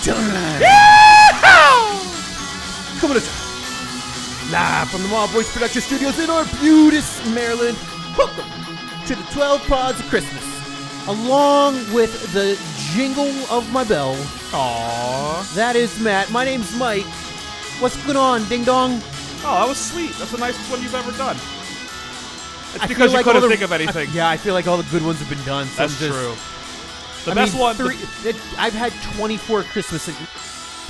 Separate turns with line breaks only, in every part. Showtime! Coming up live from the Mall Voice Production Studios in Arbutus, Maryland. Welcome to the 12 Pods of Christmas, along with the jingle of my bell.
Aww.
That is Matt. My name's Mike. What's going on, ding dong?
Oh, that was sweet. That's the nicest one you've ever done. It's
I feel
because you
like all
couldn't
the-
think of
I-
anything.
yeah, I feel like all the good ones have been done. So I'm
That's
just-
true. The
I
best
mean,
one.
Three, it, I've had 24 Christmas,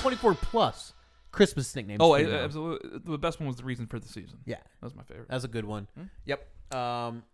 24 plus Christmas nicknames.
oh,
for
I,
me.
absolutely. The best one was the reason for the season.
yeah,
That was my favorite.
that's a good one. Yep. Um,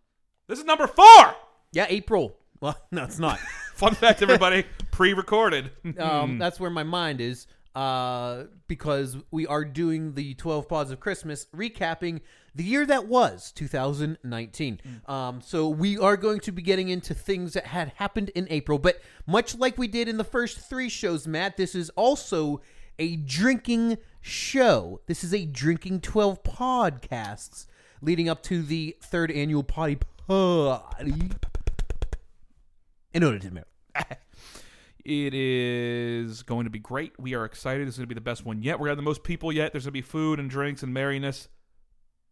This is number four.
yeah, April. Well, no, it's not.
Fun fact, everybody, pre-recorded.
um, that's where my mind is uh, because we are doing the 12 Pods of Christmas, recapping the year that was 2019. Um, so we are going to be getting into things that had happened in April. But much like we did in the first three shows, Matt, this is also a drinking show. This is a drinking 12 podcasts leading up to the third annual potty party in order to Maryland.
It is going to be great. We are excited. It's going to be the best one yet. We're going to have the most people yet. There's going to be food and drinks and merriness.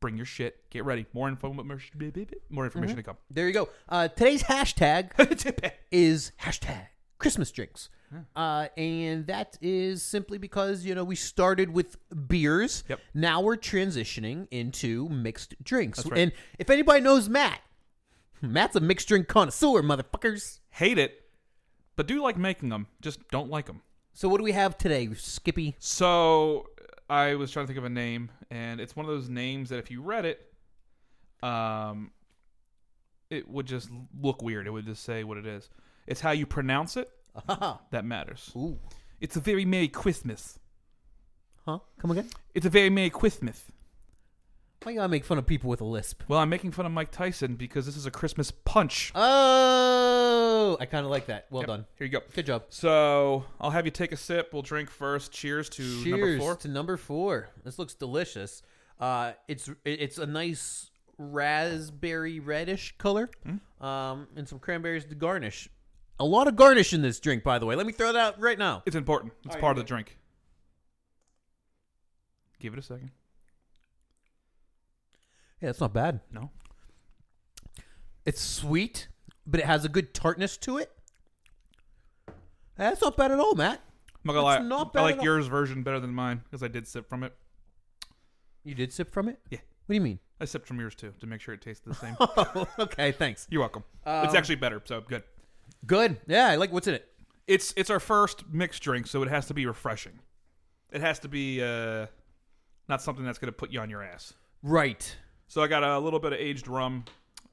Bring your shit. Get ready. More info.
Mm-hmm.
More information to come.
There you go. Uh, today's hashtag is hashtag Christmas drinks. Uh, and that is simply because, you know, we started with beers.
Yep.
Now we're transitioning into mixed drinks.
That's right.
And if anybody knows Matt, Matt's a mixed drink connoisseur, motherfuckers.
Hate it, but do like making them. Just don't like them.
So what do we have today, Skippy?
So I was trying to think of a name, and it's one of those names that if you read it, um, it would just look weird. It would just say what it is. It's how you pronounce it that matters.
Ooh.
It's a very Merry Christmas.
Huh? Come again?
It's a very Merry Christmas.
Why you gotta make fun of people with a lisp?
Well, I'm making fun of Mike Tyson because this is a Christmas punch.
Oh, I kind of like that. Well
Yep,
done.
Here you go.
Good job.
So I'll have you take a sip. We'll drink first. Cheers to number
Cheers
four.
to number four. This looks delicious. Uh, it's it's a nice raspberry reddish color,
Hmm?
um, and some cranberries to garnish. A lot of garnish in this drink, by the way. Let me throw that out right now.
It's important. It's part of the drink. Give it a second.
Yeah, it's not bad.
No.
It's sweet, but it has a good tartness to it. That's not bad at all, Matt.
I'm not gonna
That's
lie.
not
I
bad at
like
all.
yours version better than mine because I did sip from it.
You did sip from it.
Yeah.
What do you mean?
I sipped from yours too to make sure it tasted the same.
Oh, okay. Thanks.
You're welcome.
Um,
it's actually better, so good.
Good. Yeah, I like what's in it.
It's it's our first mixed drink, so it has to be refreshing. It has to be uh, not something that's gonna put you on your ass.
Right.
So I got a little bit of aged rum,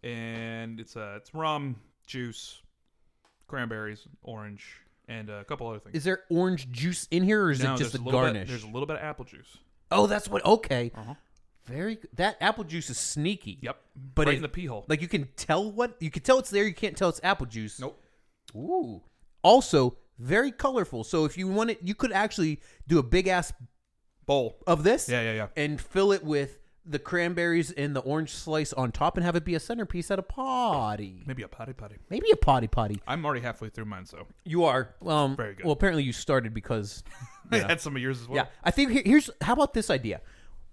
and it's uh, it's rum juice, cranberries, orange, and a couple other things.
Is there orange juice in here, or is
No,
it just
there's
the
little bit-
garnish?
there's a little bit of apple juice.
Oh, that's what. Okay. Very g- that apple juice is sneaky.
Yep,
But
right
it-
in the pee hole.
Like you can tell what you can tell it's there. You can't tell it's apple juice.
nope.
Ooh. Also very colorful. So if you want it, you could actually do a big ass
Bowl.
of this.
Yeah, yeah, yeah.
And fill it with the cranberries and the orange slice on top, and have it be a centerpiece at a party.
Maybe a potty potty.
Maybe a potty potty.
I'm already halfway through mine, so
You are um,
Very good.
Well, apparently you started because
I had some of yours as well.
Yeah, I think here, here's how about this idea?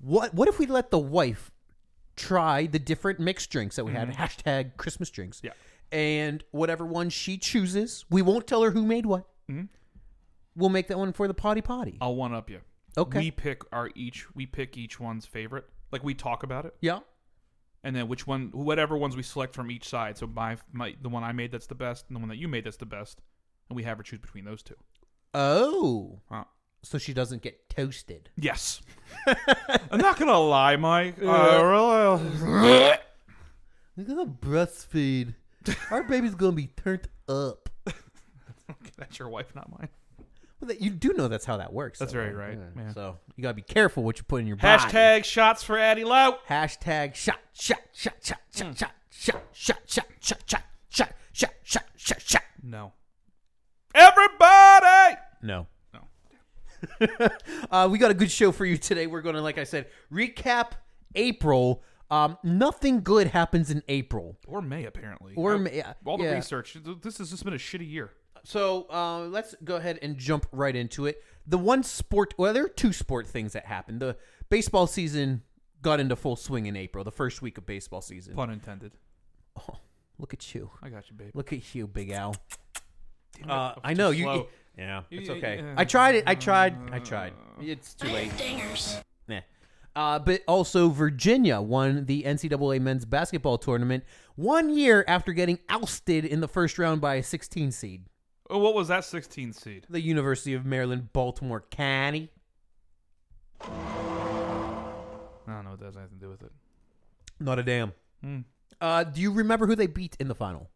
What what if we let the wife try the different mixed drinks that we had? Hashtag Christmas drinks.
Mm-hmm. Yeah.
and whatever one she chooses, we won't tell her who made what.
Mm-hmm.
We'll make that one for the potty potty.
I'll one up you.
Okay.
We pick our each. We pick each one's favorite. Like we talk about it,
yeah,
and then which one, whatever ones we select from each side. So my, my the one I made that's the best, and the one that you made that's the best, and we have her choose between those two.
Oh,
Huh.
so she doesn't get toasted.
Yes. I'm not gonna lie, Mike. Uh,
Look at the breastfeed. Our baby's gonna be turned up.
that's your wife, not mine.
Well, that, you do know that's how that works.
That's
though,
very right. Yeah.
So you gotta be careful what you put in your body.
Hashtag shots for Addie Lout.
Hashtag shot, shot, shot, shot, shot, shot, shot, shot, shot, shot, shot, shot, shot, shot, shot, shot.
No. Everybody.
No.
No.
Uh, we got a good show for you today. We're going to, like I said, recap April. Um, nothing good happens in April.
Or May apparently.
Or
I-
May, uh,
All the
yeah.
research. This has just been a shitty year.
So uh, let's go ahead and jump right into it. The one sport, well, there are two sport things that happened. The baseball season got into full swing in April, the first week of baseball season.
Pun intended.
Oh, look at you.
I got you, babe.
Look at you, Big Al.
Damn it,
Uh,
was
I
too
know you.
slow.
Yeah, it's
You-
okay.
yeah.
I tried it. I tried. I tried. It's too late. Nah. Uh, but also, Virginia won the NCAA men's basketball tournament one year after getting ousted in the first round by a 16 seed,
Oh, what was that 16 seed?
the University of Maryland, Baltimore County.
I don't know what that has anything to do with it.
Not a damn.
Hmm.
Uh, do you remember who they beat in the final?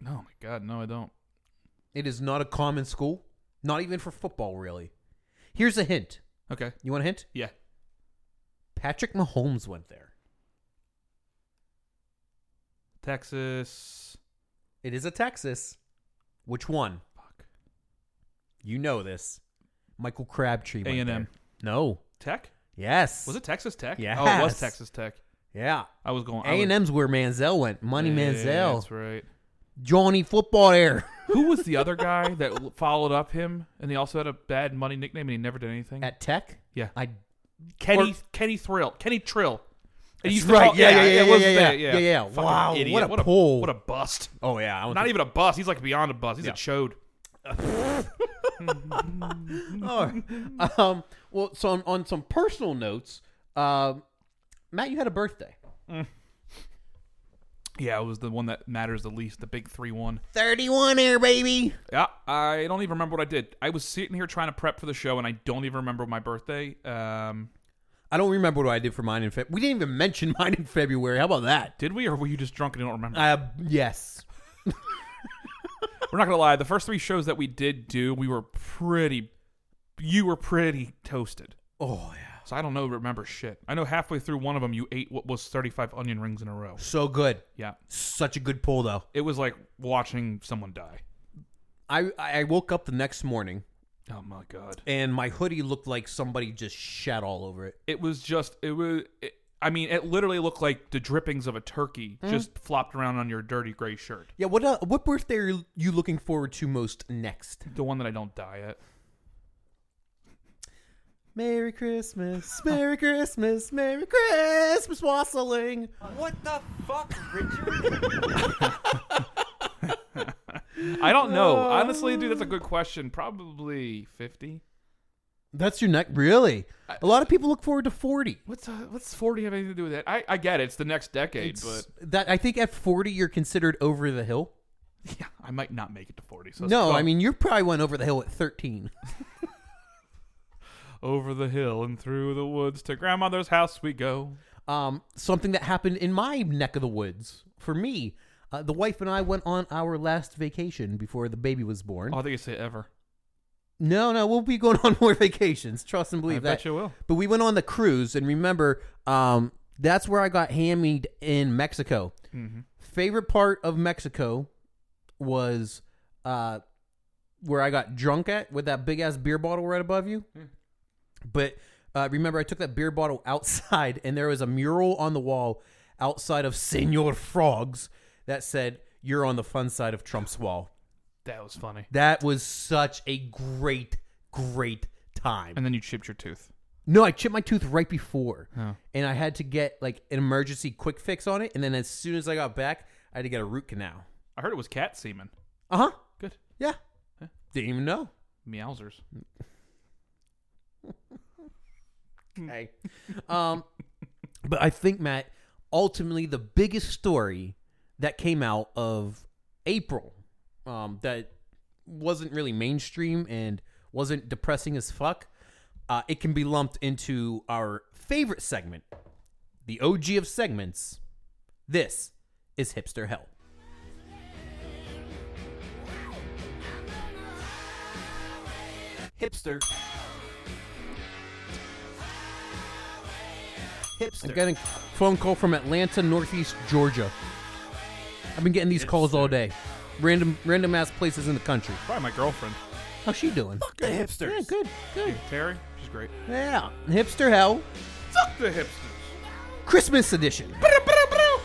No, my God, no, I don't.
It is not a common school, not even for football, really. Here's a hint.
Okay,
You want a hint?
yeah.
Patrick Mahomes went there.
Texas.
It is a Texas. Which one?
Fuck.
You know this. Michael Crabtree. went
A&M.
there. No.
Tech?
Yes.
Was it Texas Tech?
Yes.
Oh, it was Texas Tech.
Yeah.
I was going. I
A and
was-
M's where Manziel went. Money
Yeah,
Manziel.
That's right.
Johnny Football Air
Who was the other guy that l- followed up him, and he also had a bad money nickname, and he never did anything?
at Tech.
Yeah.
I.
Kenny
or-
Kenny Thrill, Kenny Trill. And he
That's
used to
right.
call-
Yeah, yeah, yeah,
it was
yeah, yeah,
that,
yeah.
yeah,
Yeah, yeah.
Fucking
Wow,
idiot.
what a
what a
pull.
what a bust.
Oh yeah. I don't
Not even a bust. He's like beyond a bust. He's
Yeah.
a chode. e-
even. um. Well, so on, on some personal notes, um, Matt, you had a birthday.
Yeah, it was the one that matters the least. The big three one.
Thirty-one air baby.
Yeah, I don't even remember what I did. I was sitting here trying to prep for the show, and I don't even remember my birthday. Um,
I don't remember what I did for mine in Feb. We didn't even mention mine in February. How about that?
did we, or were you just drunk and you don't remember?
Uh, yes.
We're not gonna lie. The first three shows that we did do, we were pretty. You were pretty toasted.
Oh yeah.
So I don't know. Remember shit. I know halfway through one of them, you ate what was thirty-five onion rings in a row.
So good.
Yeah,
Such a good pull though.
it was like watching someone die.
I I woke up the next morning
Oh my god.
and my hoodie looked like somebody just shat all over it.
It was just. It was. It, I mean, it literally looked like the drippings of a turkey just flopped around on your dirty gray shirt.
Yeah, what uh, what birthday are you looking forward to most next?
The one that I don't die at.
Merry Christmas, Merry Christmas, Merry Christmas, wassailing.
What the fuck, Richard?
I don't know. Honestly, dude, that's a good question. Probably fifty.
That's your neck, really? A lot of people look forward to forty.
What's uh, what's forty have anything to do with that? I, I get it. It's the next decade, but
That I think at forty you're considered over the hill.
yeah, I might not make it to forty. So let's
No,
go.
I mean you probably went over the hill at thirteen.
over the hill and through the woods to grandmother's house we go.
um, something that happened in my neck of the woods for me. Uh, the wife and I went on our last vacation before the baby was born.
Oh, I think you say ever.
No, no, we'll be going on more vacations. Trust and
I
believe that.
bet you will.
But we went on the cruise, and remember, um, that's where I got hammied in Mexico.
Mm-hmm.
Favorite part of Mexico was uh, where I got drunk at with that big ass beer bottle right above you.
Hmm.
But uh, remember, I took that beer bottle outside, and there was a mural on the wall outside of Senor Frogs that said, You're on the fun side of Trump's wall.
That was funny.
That was such a great, great time.
And then you chipped your tooth.
No, I chipped my tooth right before,
Oh.
and I had to get like an emergency quick fix on it. And then as soon as I got back, I had to get a root canal.
I heard it was cat semen.
Uh huh.
Good.
Yeah. Didn't even know.
Meowsers.
Okay. um, but I think Matt, ultimately, the biggest story that came out of April, um, that wasn't really mainstream and wasn't depressing as fuck, uh, it can be lumped into our favorite segment, the OG of segments. This is hipster hell.
Hipster.
I'm
Hipster.
getting a phone call from Atlanta, Northeast Georgia. I've been getting these calls all day. Random random ass places in the country.
Probably my girlfriend.
How's she doing?
the hipsters.
Yeah, good, good.
Terry, she's great.
Yeah. Hipster hell.
Fuck the hipsters.
Christmas edition.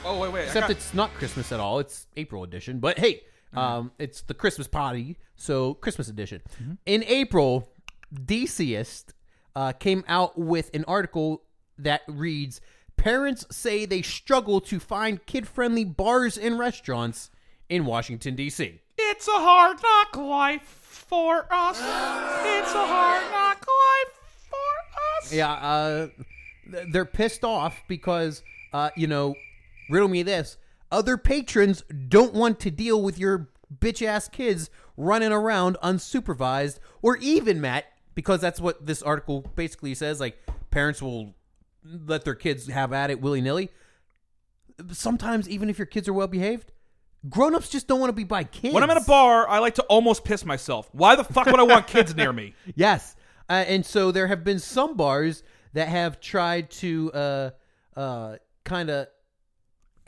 Oh wait, wait. I
Except
got-
it's not Christmas at all. It's April edition. But hey, Um, it's the Christmas potty, so Christmas edition. In April, Deseist uh, came out with an article that reads Parents say they struggle to find kid friendly bars and restaurants in Washington, D.C.
It's a hard knock life for us. It's a hard knock life for us.
Yeah, uh, th- they're pissed off because, uh, you know, riddle me this. Other patrons don't want to deal with your bitch ass kids running around unsupervised or even, Matt, because that's what this article basically says. Like, parents will let their kids have at it willy nilly. Sometimes, even if your kids are well behaved, grown ups just don't want to be by kids.
When I'm at a bar, I like to almost piss myself. Why the fuck would I want kids near me?
Yes, uh, and so there have been some bars that have tried to uh, uh, kind of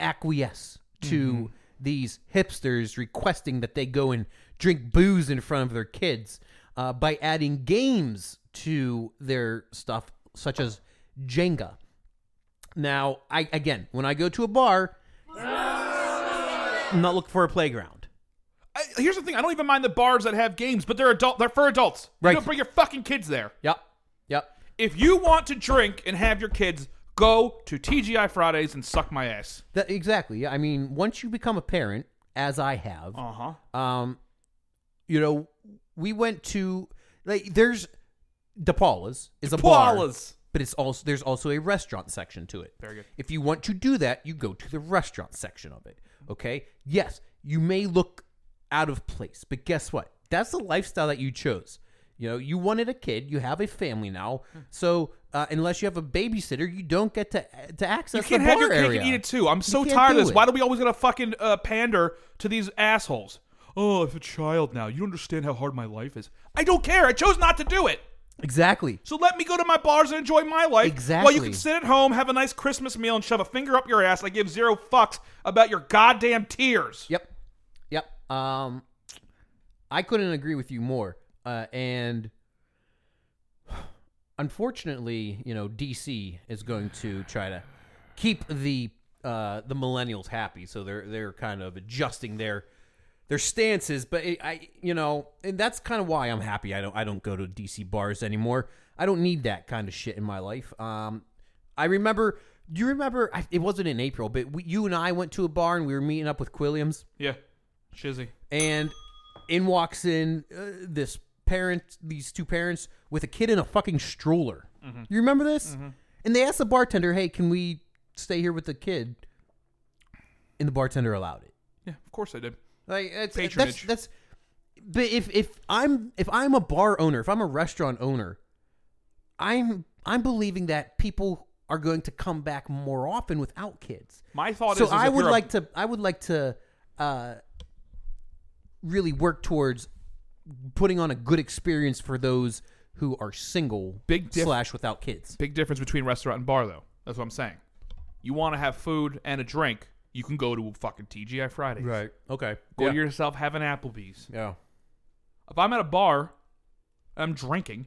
acquiesce to these hipsters requesting that they go and drink booze in front of their kids uh, by adding games to their stuff, such as Jenga. Now, I again, when I go to a bar, I'm not looking for a playground.
I, here's the thing: I don't even mind the bars that have games, but they're adult. They're for adults.
Right.
You don't bring your fucking kids there.
Yep, yep.
If you want to drink and have your kids, go to TGI Fridays and suck my ass.
That, exactly. Yeah. I mean, once you become a parent, as I have,
Uh huh.
um, you know, we went to like there's DePaula's is a bar,
Koalas.
but it's also there's also a restaurant section to it.
Very good.
If you want to do that, you go to the restaurant section of it. Okay. Yes, you may look out of place, but guess what? That's the lifestyle that you chose. You know, you wanted a kid. You have a family now, so uh, unless you have a babysitter, you don't get to to access
You can't
the
have
bar
your cake
area.
and eat it too. I'm so
can't
tired of
do
this.
it.
Why do we always gotta fucking uh, pander to these assholes? Oh, if a child now, you don't understand how hard my life is. I don't care. I chose not to do it.
Exactly.
So let me go to my bars and enjoy my life. While
Exactly.
you can sit at home, have a nice Christmas meal, and shove a finger up your ass. I give zero fucks about your goddamn tears.
Yep. Yep. Um, I couldn't agree with you more. Uh, and unfortunately, you know, DC is going to try to keep the uh, the millennials happy, so they're they're kind of adjusting their their stances. But it, I, you know, and that's kind of why I'm happy. I don't I don't go to DC bars anymore. I don't need that kind of shit in my life. Um, I remember. Do you remember? I, it wasn't in April, but we, you and I went to a bar and we were meeting up with Quilliams
Yeah. Shizzy.
and in walks in uh, this parent, these two parents with a kid in a fucking stroller. You remember this? And they asked the bartender, "Hey, can we stay here with the kid?" And the bartender allowed it.
Yeah, of course I did.
Like it's,
Patronage.
That's, that's but if if I'm if I'm a bar owner, if I'm a restaurant owner, I'm I'm believing that people are going to come back more often without kids
My thought
so
is, is
I
if
would
you're a-
like to I would like to uh, really work towards putting on a good experience for those who are single
Big diff-
slash without kids.
Big difference between restaurant and bar, though. That's what I'm saying. You want to have food and a drink, you can go to a fucking TGI Fridays.
Okay.
Go to yourself, have an Applebee's.
yeah.
If I'm at a bar, I'm drinking.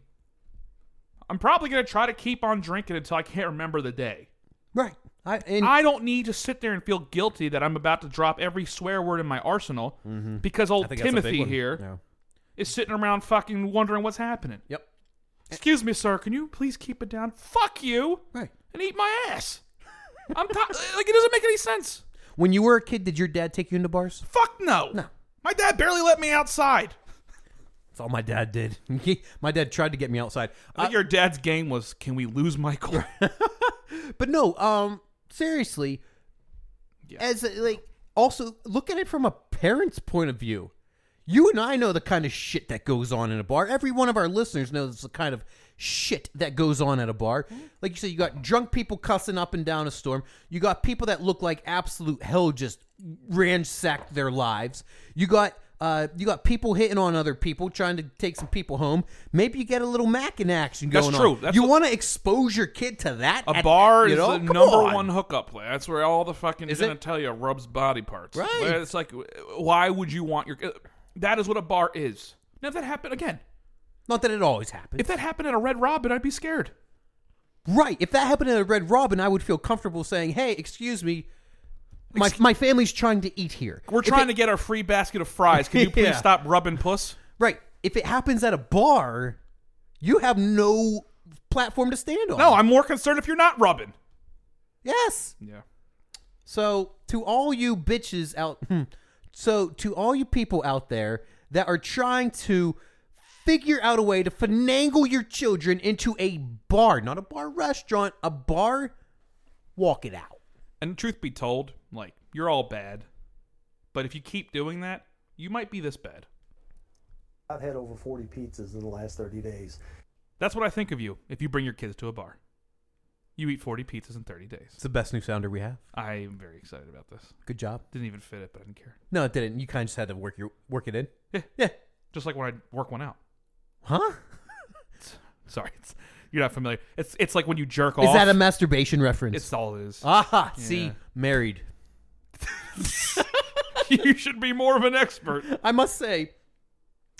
I'm probably gonna try to keep on drinking until I can't remember the day.
Right. I and
I don't need to sit there and feel guilty that I'm about to drop every swear word in my arsenal
Mm-hmm.
because old Timothy here is
Yeah.
sitting around fucking wondering what's happening.
Yep.
Excuse me, sir. Can you please keep it down? Fuck you
Right.
and eat my ass. I'm ti like it doesn't make any sense.
When you were a kid, did your dad take you into bars?
Fuck no.
No.
My dad barely let me outside.
That's all my dad did. my dad tried to get me outside.
I think your dad's game was, can we lose Michael?
But no, um, seriously,
Yeah.
as a, like also look at it from a parent's point of view. You and I know the kind of shit that goes on in a bar. Every one of our listeners knows the kind of shit that goes on at a bar.
Mm-hmm.
Like you said, you got drunk people cussing up and down a storm. You got people that look like absolute hell just ransacked their lives. You got uh, you got people hitting on other people, trying to take some people home. Maybe you get a little Mac in action
That's
going
true.
on.
That's
you
what-
want to expose your kid to that?
A
at-
bar
you
is
know?
the
Come
number
on.
one hookup play. That's where all the fucking
Is it?
genitalia rubs body parts.
Right.
Where It's like, why would you want your? uh, That is what a bar is. Now, if that happened again,
Not that it always happens.
if that happened at a Red Robin, I'd be scared.
right. If that happened at a Red Robin, I would feel comfortable saying, hey, excuse me, My, my family's trying to eat here.
We're
If it-
trying to get our free basket of fries. Can you please
Yeah.
stop rubbing puss?
Right. If it happens at a bar, you have no platform to stand on.
No, I'm more concerned if you're not rubbing.
Yes.
Yeah.
So to all you bitches out, hmm. so to all you people out there that are trying to figure out a way to finagle your children into a bar, not a bar restaurant, a bar, walk it out.
And truth be told, like, you're all bad. But if you keep doing that, you might be this bad.
I've had over 40 pizzas in the last 30 days.
That's what I think of you if you bring your kids to a bar. You eat 40 pizzas in 30 days.
It's the best new sounder we have.
I am very excited about this.
Good job.
Didn't even fit it, but I didn't care.
No, it didn't. You kind of just had to work your work it in.
Yeah.
Yeah.
Just like when I work one out.
Huh?
Sorry, it's, you're not familiar. It's it's like when you jerk off.
Is that a masturbation reference?
It's all it is.
Aha, ah, see,
Yeah.
married.
you should be more of an expert.
I must say,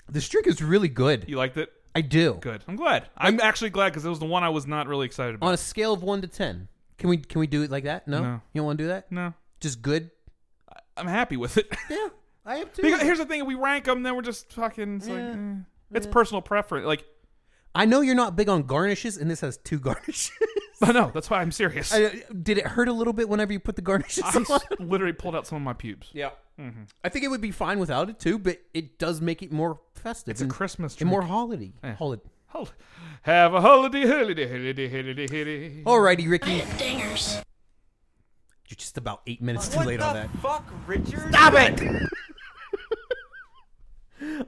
this drink is really good.
You liked it?
I do.
Good. I'm glad. I'm actually glad because it was the one I was not really excited about.
On a scale of one to ten, can we can we do it like that? No,
No.
you don't want to do that.
no,
Just good.
I'm happy with it.
Yeah, I am too.
because here's the thing: we rank them, then we're just fucking. It's, like,
Yeah.
eh. it's personal preference. Like,
I know you're not big on garnishes, and this has two garnishes.
but no, that's why I'm serious. I,
I- did it hurt a little bit whenever you put the garnishes on?
s- literally pulled out some of my pubes.
Yeah, I think it would be fine without it too, but it does make it more festive.
It's a
and,
Christmas
Mm. and
drink.
more holiday. Holiday.
Hol- Have a holiday, holiday, holiday, holiday, holiday.
Alrighty, Ricky. You're just about eight minutes too
What
late
the
on that.
fuck, Richard?
Stop it!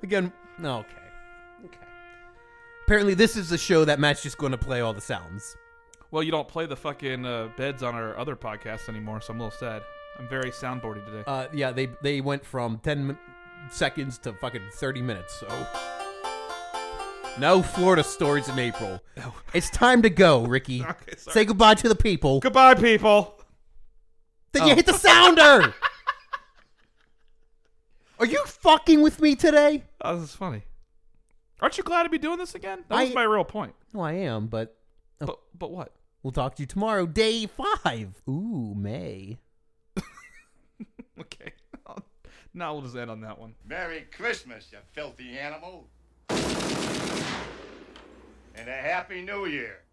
Again, no, okay. Okay. Apparently, this is the show that Matt's just going to play all the sounds.
Well, you don't play the fucking uh, beds on our other podcast anymore, so I'm a little sad. I'm very soundboardy today.
Uh, yeah, they they went from 10 min- seconds to fucking 30 minutes, so. No Florida stories in April.
Oh.
It's time to go, Ricky.
Okay, sorry.
Say goodbye to the people.
Goodbye, people.
then you hit the sounder! Are you fucking with me today?
Oh, this is funny. Aren't you glad to be doing this again? That was
I- Oh.
my real point.
No, I am, but
But but what?
We'll talk to you tomorrow, day five. Ooh, May.
Okay. now we'll just end on that one.
Merry Christmas, you filthy animal. And a Happy New Year.